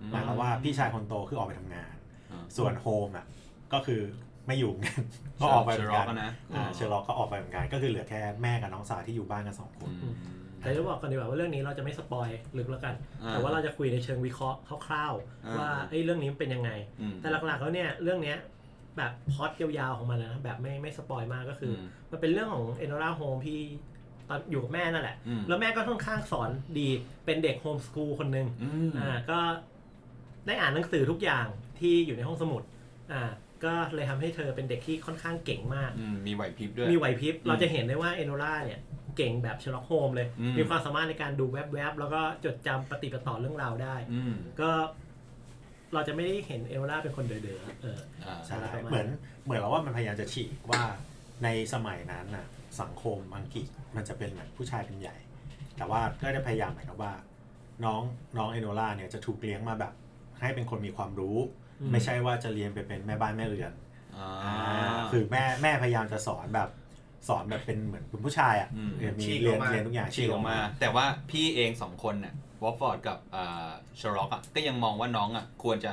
อืม หมายความว่าพี่ชายคนโตคือออกไปทำงาน อ่า ส่วนโฮมอ่ะก็คือไม่อยู่กัน ก็ออก ไปเห เช มือน ร็อ กั ก น อะนะ อ่าเชอร์ล็อกก็ออกไปเหมือนกันก็คือเหลือแค่แม่กับน้องสาวที่อยู่บ้านกันสองคน อืม แต่จะบอกกันดีกว่าว่าเรื่องนี้เราจะไม่สปอยลึกแล้วกัน แต่ว่าเราจะคุยในเชิงวิเคราะห์คร่าว อ่า ๆ ว่าเอ้ยเรื่องนี้มันเป็นยังไง อืม แต่หลักๆแล้วเนี่ยเรื่องเนี้ยแบบพล็อตยาวๆของมันเลยนะแบบไม่ไม่สปอยมากก็คืออ ม มันเป็นเรื่องของเอ o น a ่าโฮมที่ตอนอยู่กับแม่นั่นแหละ อืม แล้วแม่ก็ค่อนข้างสอนดีเป็นเด็กโฮมสกูลคนหนึ่ง อืม อ่าก็ได้อ่านหนังสือทุกอย่างที่อยู่ในห้องสมุดอ่าก็เลยทำให้เธอเป็นเด็กที่ค่อนข้างเก่งมาก อืมมีไหวพริบด้วย มีไหวพริบ อืม เราจะเห็นได้ว่าเอโนล่าเนี่ยเก่งแบบเชลล็อกโฮมเลย อืม มีความสามารถในการดูแวบๆ แล้วก็จดจำปฏิปต่อเรื่องราวได้ อืม ก็เราจะไม่ได้เห็นเอโนล่าเป็นคนเดือๆเออ อ่า ใช่ อะไรประมาณ เหมือนเหมือนกับว่ามันพยายามจะฉีกว่าในสมัยนั้นน่ะสังคมอังกฤษมันจะเป็นแบบผู้ชายเป็นใหญ่ แต่ว่าก็จะพยายามหมายความว่า น้องน้องเอโนล่าเนี่ยจะถูกเลี้ยงมาแบบ ให้เป็นคนมีความรู้ อืม ไม่ใช่ว่าจะเรียนไปเป็นแม่บ้านแม่เรือน อ่า คือแม่แม่พยายามจะสอนแบบสอนแบบเป็นเหมือนคุณผู้ชายอ่ะ อืม เออมี ฉีกอ เรี อย ก น มา เรียนทุกอย่าง ฉีกออกมา ฉี แต่ว่าพี่เองสองคนน่ะวอฟฟอร์ดกับเอ่อชอร็อกอ่ะก็ยังมองว่าน้องอ่ะควรจะ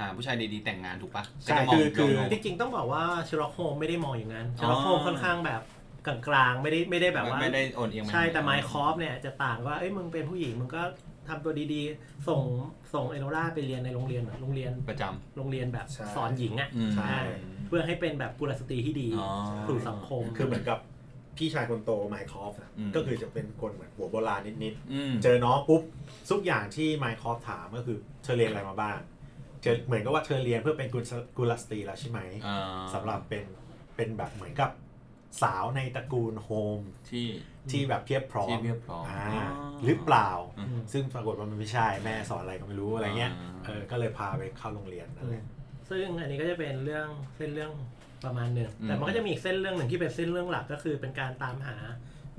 หาผู้ชายดีๆแต่งงานถูกปะก็ ใช่ จะม คือ ม คือ น้ง จริงๆต้องบอกว่าเชลล็อกโฮมไม่ได้มองอย่างนั้นเชลล็อกโฮม อ๋อ ค่อนข้างแบบกลางๆไม่ได้ไม่ได้แบบว่า ไม่ได้โอนเอียงป ใช่แต่ไม ทาง ค์คอฟเนี่ยจะต่างว่าเอ้ยมึงเป็นผู้หญิงมึงก็ทำตัวดีๆ ส่งส่งเอโนล่าไปเรียนในโรงเรียนเหมือนโรงเรียน ประจำ โรงเรียนแบบ ใช่ สอนหญิงอ่ะ อืม ใช่เพื่อให้เป็นแบบกุลสตรีที่ดี อ๋อ สู่สังคม กคือเหมือนกับพี่ชายคนโตไมค์คอฟน่ะ อืม ก็คือจะเป็นคนเหมือนหัวโบราณนิดๆ อืม เจอน้องปุ๊บทุกอย่างที่ไมค์คอฟถามก็คือเธอเรียนอะไรมาบ้างเธอเหมือนกับว่าเธอเรียนเพื่อเป็นกุลสกุลสตรีแล้วใช่ไหม อ่า สำหรับเป็นเป็นแบบเหมือนกับสาวในตระกูลโฮม ที่ ที่แบบเพียบพร้อม ที่เพียบพร้อม อ่า อ๋อ หรือเปล่า อืม ซึ่งปรากฏว่ามันไม่ใช่แม่สอนอะไรก็ไม่รู้อะไรเงี้ย อ่า เออก็เลยพาไปเข้าโรงเรียนนั่นแหละ ซึ่งอันนี้ก็จะเป็นเรื่องเส้นเรื่องประมาณหนึ่ง อืม แต่มันก็จะมีอีกเส้นเรื่องหนึ่งที่เป็นเส้นเรื่องหลักก็คือเป็นการตามหา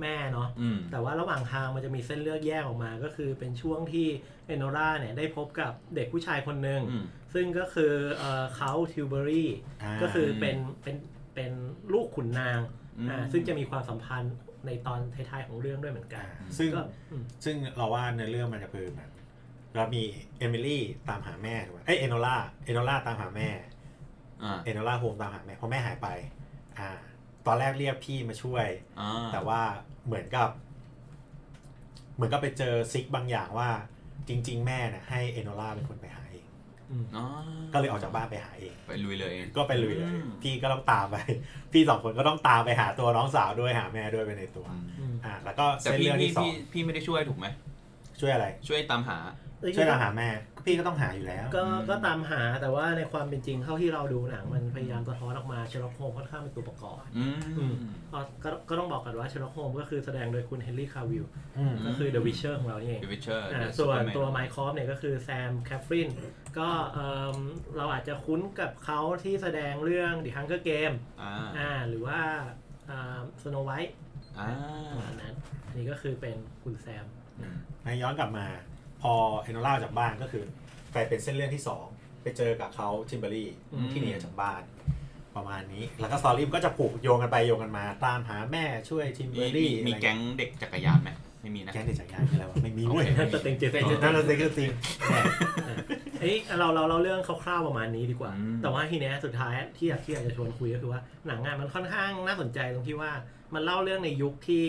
แม่เนาะ อืม แต่ว่าระหว่างทางมันจะมีเส้นเลือกแยกออกมา ก็คือเป็นช่วงที่เอโนราเนี่ยได้พบกับเด็กผู้ชายคนหนึ่ง อืม ซึ่งก็คือเอ่อเขาทิวเบอรี่ า ก็คือเป็นเป็นเป็นลูกขุนนาง อืม อ่าซึ่งจะมีความสัมพันธ์ในตอนท้ายๆของเรื่องด้วยเหมือนกัน อ่าซึ่ง ก็อืม ซึ่งเราว่าในเรื่องมันจะเพิ่มนะเรามีเอมิลี่ตามหาแม่ถูกไหมเอยเอโนล่าเอโนล่าตามหาแม่ อ่า เอโนล่าโฮมตามหาแม่เพราะแม่หายไป อ่า ตอนแรกเรียกพี่มาช่วย อ่า แต่ว่าเหมือนกับ เหมือนกับไปเจอซิกบางอย่างว่า จริง ๆ แม่นะให้เอโนล่าเป็นคนไปหาเอง อืม อ๋อ ก็เลยออกจากบ้านไปหาเอง ไปลุยเลย ก็ไปลุยเลย อืม พี่ก็ต้องตามไป พี่สองคนก็ต้องตามไปหาตัวน้องสาวด้วยหาแม่ด้วยไปในตัว อืม อืม อ่า แล้วก็ แต่ เส้น พี่ เรื่อง พี่ ที่สอง พี่พี่ไม่ได้ช่วยถูกไหม ช่วยอะไร ช่วยตามหา ช่วยเราหาแม่ก็พี่ก็ต้องหาอยู่แล้ว ก็ อืม ก็ตามหาแต่ว่าในความเป็นจริงเท่าที่เราดูหนังมันพยายามสะท้อนออกมาเชลล็อกโฮมค่อนข้างเป็นตัวประกอบ อื อื ม ม ก็ก็ก็ต้องบอกกันว่าเชลล็อกโฮมก็คือแสดงโดยคุณเฮนรี่คาวิล อืม ก็คือเดอะวิเชอร์ของเรานี่เอง The Witcher อ่า The ส่วน Superman ตัวไมค์คอฟเนี่ยก็คือแซมแคฟรินก็เอิ่มเราอาจจะคุ้นกับเขาที่แสดงเรื่อง The Hunger Game อ่า อ่าหรือว่าสโนไวท์ อ่า ประมาณนั้นอันนี้ก็คือเป็นคุณแซม อืม นะย้อนกลับมา พอเอโนล่าออกจากบ้านก็คือไปเป็นเส้นเรื่องที่สองไปเจอกับเขาทิมเบอรี่ อืม ที่หนีออกจากบ้าน ประมาณนี้ แล้วก็สตอรี่มันก็จะผูกโยงกันไปโยงกันมา ตามหาแม่ช่วยทิมเบ มี อ มี รี่ มีแก๊งเด็กจักรยานไหมไม่มีนะ แก๊งเด็กจักรยานคืออะไรวะไม่มีเว้ย โอเค แต่เต็งเจอ นั่นเราเซ็กจริง เอ้ยเราเราเราเรื่องคร่าวๆประมาณนี้ดีกว่า อืม แต่ว่าทีเนี้ยสุดท้ายที่อยากที่อยากจะชวนคุยก็คือว่าหนังงานมันค่อนข้างน่าสนใจตรงที่ว่ามันเล่าเรื่องในยุคที่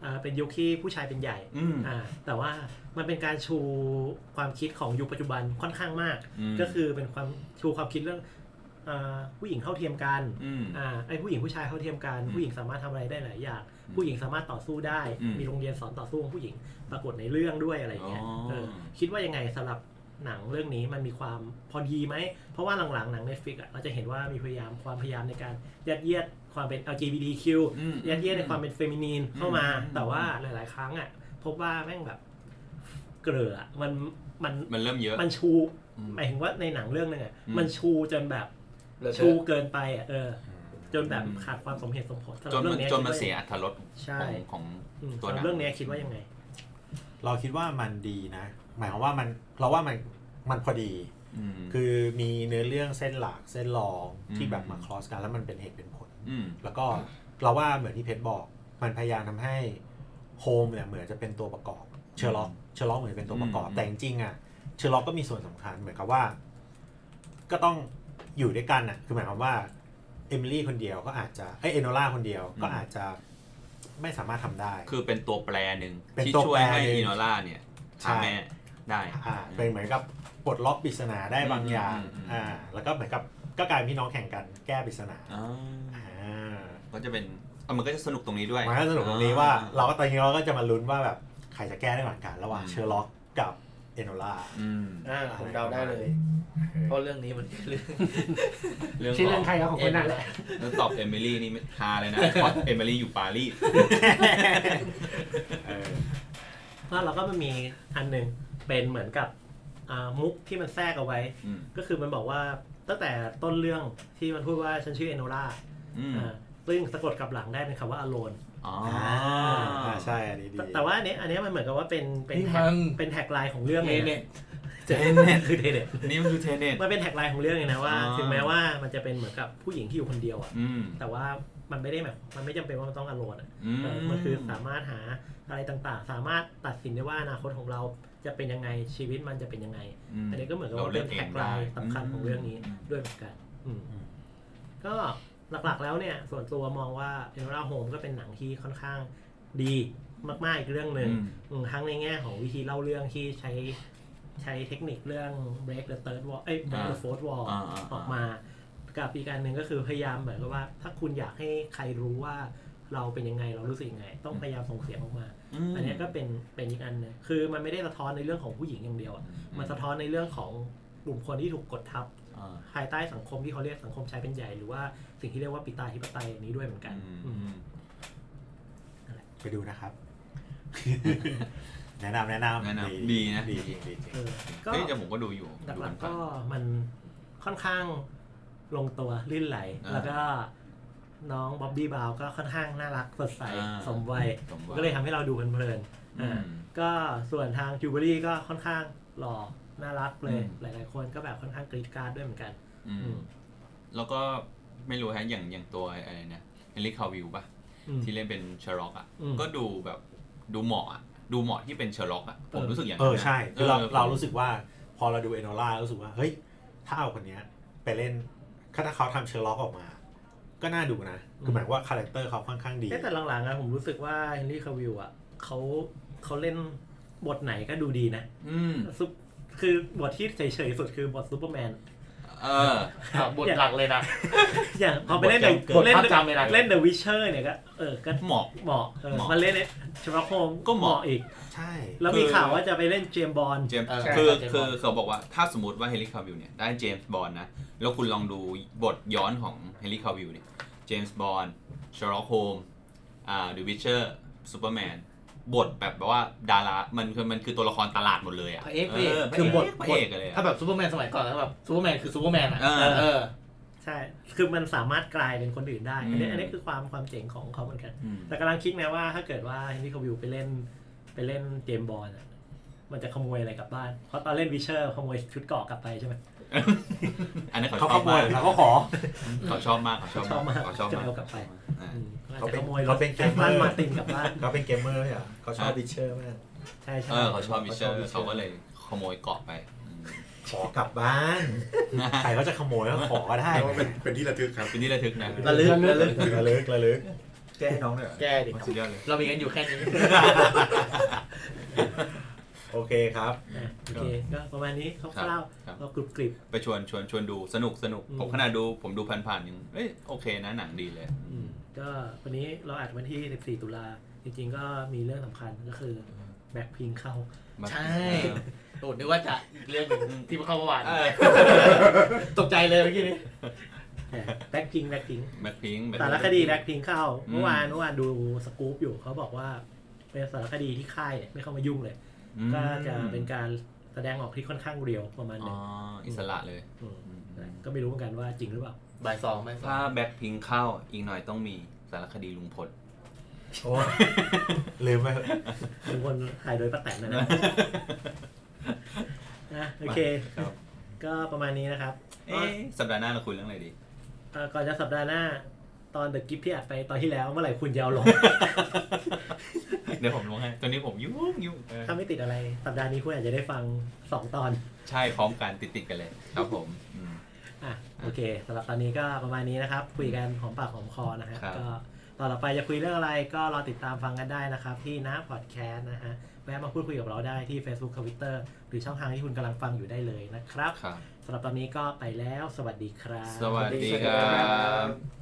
เอ่อเป็นยุคที่ผู้ชายเป็นใหญ่ อืม อ่าแต่ว่ามันเป็นการชูความคิดของยุคปัจจุบันค่อนข้างมาก อืม ก็คือเป็นความชูความคิดเรื่อง อ่าผู้หญิงเท่าเทียมกัน อืม อ่าไอ้ผู้หญิงผู้ชายเท่าเทียมกัน อืม ผู้หญิงสามารถทำอะไรได้หลายอย่าง อืม ผู้หญิงสามารถต่อสู้ได้ อืม มีโรงเรียนสอนต่อสู้ของผู้หญิงปรากฏในเรื่องด้วยอะไรอย่างเงี้ย อ๋อ เออคิดว่ายังไงสำหรับหนังเรื่องนี้มันมีความพอดีไหม เพราะว่าหลังๆหนัง Netflix อ่ะเราจะเห็นว่ามีพยายามความพยายามในการยัดเยียดความเป็น LGBTQ อืม ยัดเยียดในความเป็นเฟมินีนเข้ามา อืม แต่ว่าหลาย ๆ ครั้งอ่ะพบว่าแม่งแบบเกลือะมันมัน มันเริ่มเยอะ มันชู อืม หมายถึงว่าในหนังเรื่องนึงอ่ะ อืม มันชูจนแบบ แล้วเธอ ชูเกินไปอ่ะเออ จนแบบ อืม ขาดความสมเหตุสมผลสำห จ รับ น เรื่ มั อน งนี้ย จนมัคิดนว่า เสียอัตรส ใช่ ของของ อืม ตัว สำห หรันับ ง เรื่องเนี้ยคิดว่ายังไง เราคิดว่ามันดีนะ หมายความว่ามันเราว่ามันมันพอดี อืม คือมีเนื้อเรื่องเส้นหลักเส้นรอง อืม ที่แบบมาคลอสกันแล้วมันเป็นเหตุเป็นผล อืม แล้วก็เราว่าเหมือนที่เพชรบอก มันพยายามทำให้โฮมเนี่ยเหมือนจะเป็นตัวประกอบเชอร์ล็อกเชอร์ล็อกเหมือนเป็นตัวประกอบ อืม แต่จริงๆอ่ะเชอร์ล็อกก็มีส่วนสำคัญเหมือนกับว่า ก็ต้องอยู่ด้วยกันอ่ะคือหมายความว่าเอมิลี่คนเดียวก็อาจจะเอยเอโนล่าคนเดียวก็อาจจะไม่สามารถทำได้ คือเป็นตัวแปรหนึ่ง เป็น ที่ ตัว ช่วยให้ แปรหนึ่ง อีโนล่าเนี่ย ใช่ หาแม่ได้ อ่าเป็นเหมือนกับปลดล็อกปริศนาได้บางอย่าง อืมอืมอืม อ่าแล้วก็เหมือนกับก็กลายเป็นพี่น้องแข่งกันแก้ปริศนา อ๋อ อ่า ก็จะเป็นเอามันก็จะสนุกตรงนี้ด้วย มันก็สนุกตรงนี้ว่า อ่ เราก็ตอนนี้เราก็จะมาลุ้นว่าแบบใครจะแก้ได้หลังกันระหว่าง อืม เชอร์ล็อกกับเอโนล่า อืม อ่าผมเดาได้เลย เพราะเรื่องนี้มันคือเรื่อง เรื่อง ชื่อเรื่องใคร ข ก็ของคนนั้นแหละ แล้วตอบเอมิลี่นี่ไม่ฮาเลยนะเพราะเอมิลี่อยู่ปารีส แล้วเราก็มันมีอันหนึ่งเป็นเหมือนกับอ่ามุกที่มันแทรกเอาไว้ อืม ก็คือมันบอกว่าตั้งแต่ต้นเรื่องที่มันพูดว่าฉันชื่อเอโนล่า อืม อ่าซึ่งสะกดกลับหลังได้เป็นคำว่า alone อ๋อ อ่า อ ใช่อันนี้ดี แต่แต่ว่าอันเนี้ยอันเนี้ยมันเหมือนกับว่าเป็นเป็น นี่ แท็ มั ก น เป็นแท็กไลน์ของเรื่องเลย เน็ นะ ต เจนคือเทเนต นี่มันคือเทเนต มันเป็นแท็กไลน์ของเรื่องเลยนะว่า อ่า ถึงแม้ว่ามันจะเป็นเหมือนกับผู้หญิงที่อยู่คนเดียวอะ อืม แต่ว่ามันไม่ได้แบบมันไม่จำเป็นว่ามันต้องอารมณ์อะ อืม เออมันคือสามารถหาอะไรต่างๆ สามารถตัดสินได้ว่าอนาคตของเราจะเป็นยังไงชีวิตมันจะเป็นยังไง ม อันนี้ก็เหมือนกับว่า ลื เป็นแท็กไลน์สำคัญของเรื่องนี้ ม ด้วยเหมือนกันอืมก็หลักๆแล้วเนี่ยส่วนตัวมองว่าเอ o ราโฮมก็เป็นหนังที่ค่อนข้างดีมากๆอีกเรื่องหนึ่ง อืม อืมทั้งในแง่ของวิธีเล่าเรื่องที่ใช้ใช้เทคนิคเรื่อง break the third wall เอ้ย break the อ่า fourth wall อ่าอ่าอ่า ออกมา กับอีกการหนึ่งก็คือพยายามเหมือนกับว่า ถ้าคุณอยากให้ใครรู้ว่าเราเป็นยังไงเรารู้สึกยังไง ต้องพยายามส่งเสียงออกมา ม อันเนี้ยก็เป็นเป็นอีกอันหนึงคือมันไม่ได้สะท้อนในเรื่องของผู้หญิงอย่างเดียวอะมันสะท้อนในเรื่องของกลุ่มคนที่ถูกกดทับ อ่า ภายใต้สังคมที่เขาเรียกสังคมชายเป็นใหญ่หรือว่าสิ่งที่เรียกว่าปิตาธิปไตยอันนี้ด้วยเหมือนกันอืม ไปดูนะครับ แนะนำแนะนำ แนะนำดีนะ ดีดีดีจริง เออ ก็เฮ้ยแต่ผมก็ดูอยู่ หลักๆ ดู ก็ น มันค่อนข้างลงตัวลื่นไหล อ่า แล้วก็น้องบ๊อบบี้บราวน์ก็ค่อนข้างน่ารักสดใส อ่า สมวัย สมวัย ก็เลยทำให้เราดูเพลินๆ อืม อ่าก็ส่วนทางจูเบอรี่ก็ค่อนข้างหล่อน่ารักเลย อืม หลายๆคนก็แบบค่อนข้างกรี๊ดกราร์ดด้วยเหมือนกัน อืม อืม แล้วก็ไม่รู้ฮะอย่างอย่างตัวอะไรนะเอลิคาวิวป่ะ อืม ที่เล่นเป็นเชอร์ล็อกอ่ะ อืม ก็ดูแบบดูเหมาะอะดูเหมาะที่เป็นเชอร์ล็อกอ่ะ ผมรู้สึกอย่าง เออ นะ ใช่คือเรา ออ เรารู้สึกว่า พอเราดูเอโนล่ารู้สึกว่า เฮ้ย ถ้าเอาคนเนี้ย ไปเล่นถ้าเขาทำเชอร์ล็อกออกมา ก็น่าดูนะ คือหมายว่าคาแรคเตอร์เขาค่อนข้างดี เอ๊ะแต่หลังๆอะผมรู้สึกว่าเฮนรี่คาวิลอะเขาเขาเล่นบทไหนก็ดูดีนะ อืม ซุปคือบทที่เฉยๆสุดคือบทซูเปอร์แมน เออ อ่ะบทหลักเลยนะ อย่างพอไปเล่น บทเดจำเกิด เล่น ภาพจำเลยนะ เล่นเดอะวิเชอร์เนี่ยก็เออก็ เหมาะ เหมาะเออ เหมาะ มาเล่นเนี่ยชาร์ลโฮม ก็เหมาะ อีก ใช่ แล้วมีข่าวว่าจะไปเล่นเจมส์บอล เจมส์ เออ คือ ใช่ครับ คือเขาบอกว่าถ้าสมมติว่าเฮลิคาวิลเนี่ยได้เจมส์บอลนะ แล้วคุณลองดูบทย้อนของเฮลิคาวิลเนี่ยเจมส์บอลชาร์ล็อกโฮมอ่าดูวิเชอร์ซูเปอร์แมนบทแบบว่าดารา มันคือมันคือตัวละครตลาดหมดเลยอ่ะ พระเอกพระเอก คื คือ อบ บบ ท ท พระเอกเลยอะ ถ้าแบบซูเปอร์แมนสมัยก่อนแล้วแบบซูเปอร์แมนคือซูเปอร์แมนอ่ะ เออ เออ ใช่ คือมันสามารถกลายเป็นคนอื่นได้ อันนี้ อืม อันนี้คือความความเจ๋งของเขาเหมือนกัน อืม แต่กำลังคิดนะว่าถ้าเกิดว่าเฮนรี่คาวิลไปเล่นไปเล่นเจมส์บอลอะมันจะขโมยอะไรกลับบ้าน เพราะตอนเล่นวิเชอร์ขโมยชุดเกราะกลับไปใช่ไหม อันนั้นเขาช เขา อ ข บ โม มาย ก หรือเขาก็ขอ เขาชอบมากเขาชชออบมามบาก กเขาชอบ จะ มาก เอากลับไป อ่า อืมอาจ เขา จะ เป็น ขโมยร เขา ถ เป็น แจ็คบ้าน gamer มาร์ตินกลับบ้าน เขาเป็นเกมเมอร์เหรอเขาชอบ ฮะ ดิเชอร์มาก ใช่ใช่ เออเขาชอบวิเชอร์เขาก็เลยขโมยเกาะไปอืม ขอกลับบ้าน ใครเขาจะขโมยก็ขอก็ได้ เรียกว่าเป็นเป็นที่ระทึกครับ เป็นที่ระทึกนะ ระลึกระลึก ระลึกระลึก แก้ให้น้องเลยเหรอ แก้ดิ มันสุดยอดเลย เรามีกันอยู่แค่นี้ โอเคครับ อ่ะโอเคก็ประมาณนี้คร่าว ครับ ๆเรากรุบกริบ ไปชวนชวนชวนดูสนุกสนุก อืม ผมขนาดดูผมดูผ่านๆยังเอ้ยโอเคนะหนังดีเลย อืมก็วันนี้เราอัดวันที่ 14 ตุลาจริงๆ ก็มีเรื่องสำคัญก็คือแบ็คพิงเข้า ใช่ โอ้นึกว่าจะอีกเรื่องหนึ่งที่มาเข้าเมื่อวาน เออ ตกใจเลยเมื่อกี้นี้ แบ็คพิงแบ็คพิง แบ็คพิง สารคดีแบ็คพิงเข้า อืม เมื่อวานเมื่อวานดูสกู๊ปอยู่เขาบอกว่า เป็นสารคดีที่ค่ายเนี่ยไม่เข้ามายุ่งเลย ก็จะเป็นการแสดงออกที่ค่อนข้างเรียวประมาณห อ๋ นึ องอิสระเลย มนั่นแหละก็ไม่รู้เหมือนกันว่าจริงหรือเปล่า บ่ายสองบ่ายสอ ถ้าง แบ็คพิงเข้าอีกหน่อยต้องมีสารคดีลุงพ ล โอ้ย ลืมไป เป็นคนถ่ายโดยป้าแตนนะนะ นะโอเค ครับ ก็ประมาณนี้นะครับ เอ๊ะสัปดาห์หน้าเราคุยเรื่องอะไรดี เอ่อก่อนจะสัปดาห์หน้า ตอนเดอะกิฟที่อัดไปตอนที่แล้วเมื่อไหร่คุณยาวล ง เดี๋ยวผมลงให้ตอนนี้ผมยุ่งยุ่งเออ ถ้าไม่ติดอะไร สัปดาห์นี้คุณอาจจะได้ฟังสองตอน ใช่พร้อมกันติดติดๆกันเลย ครับผมอืม อ่ะโอเคสำหรับตอนนี้ก็ประมาณนี้นะครับ คุยกันหอมปากหอมคอนะฮะ ครับ ก็ตอนต่อไปจะคุยเรื่องอะไรก็รอติดตามฟังกันได้นะครับ ที่น้าพอดแคสต์นะฮะแวะมาพูดคุยกับเราได้ที่ Facebook Twitter หรือช่องทางที่คุณกำลังฟังอยู่ได้เลยนะครับ ครับ สำหรับตอนนี้ก็ไปแล้ว สวัสดีครับ สวัสดีครับ บ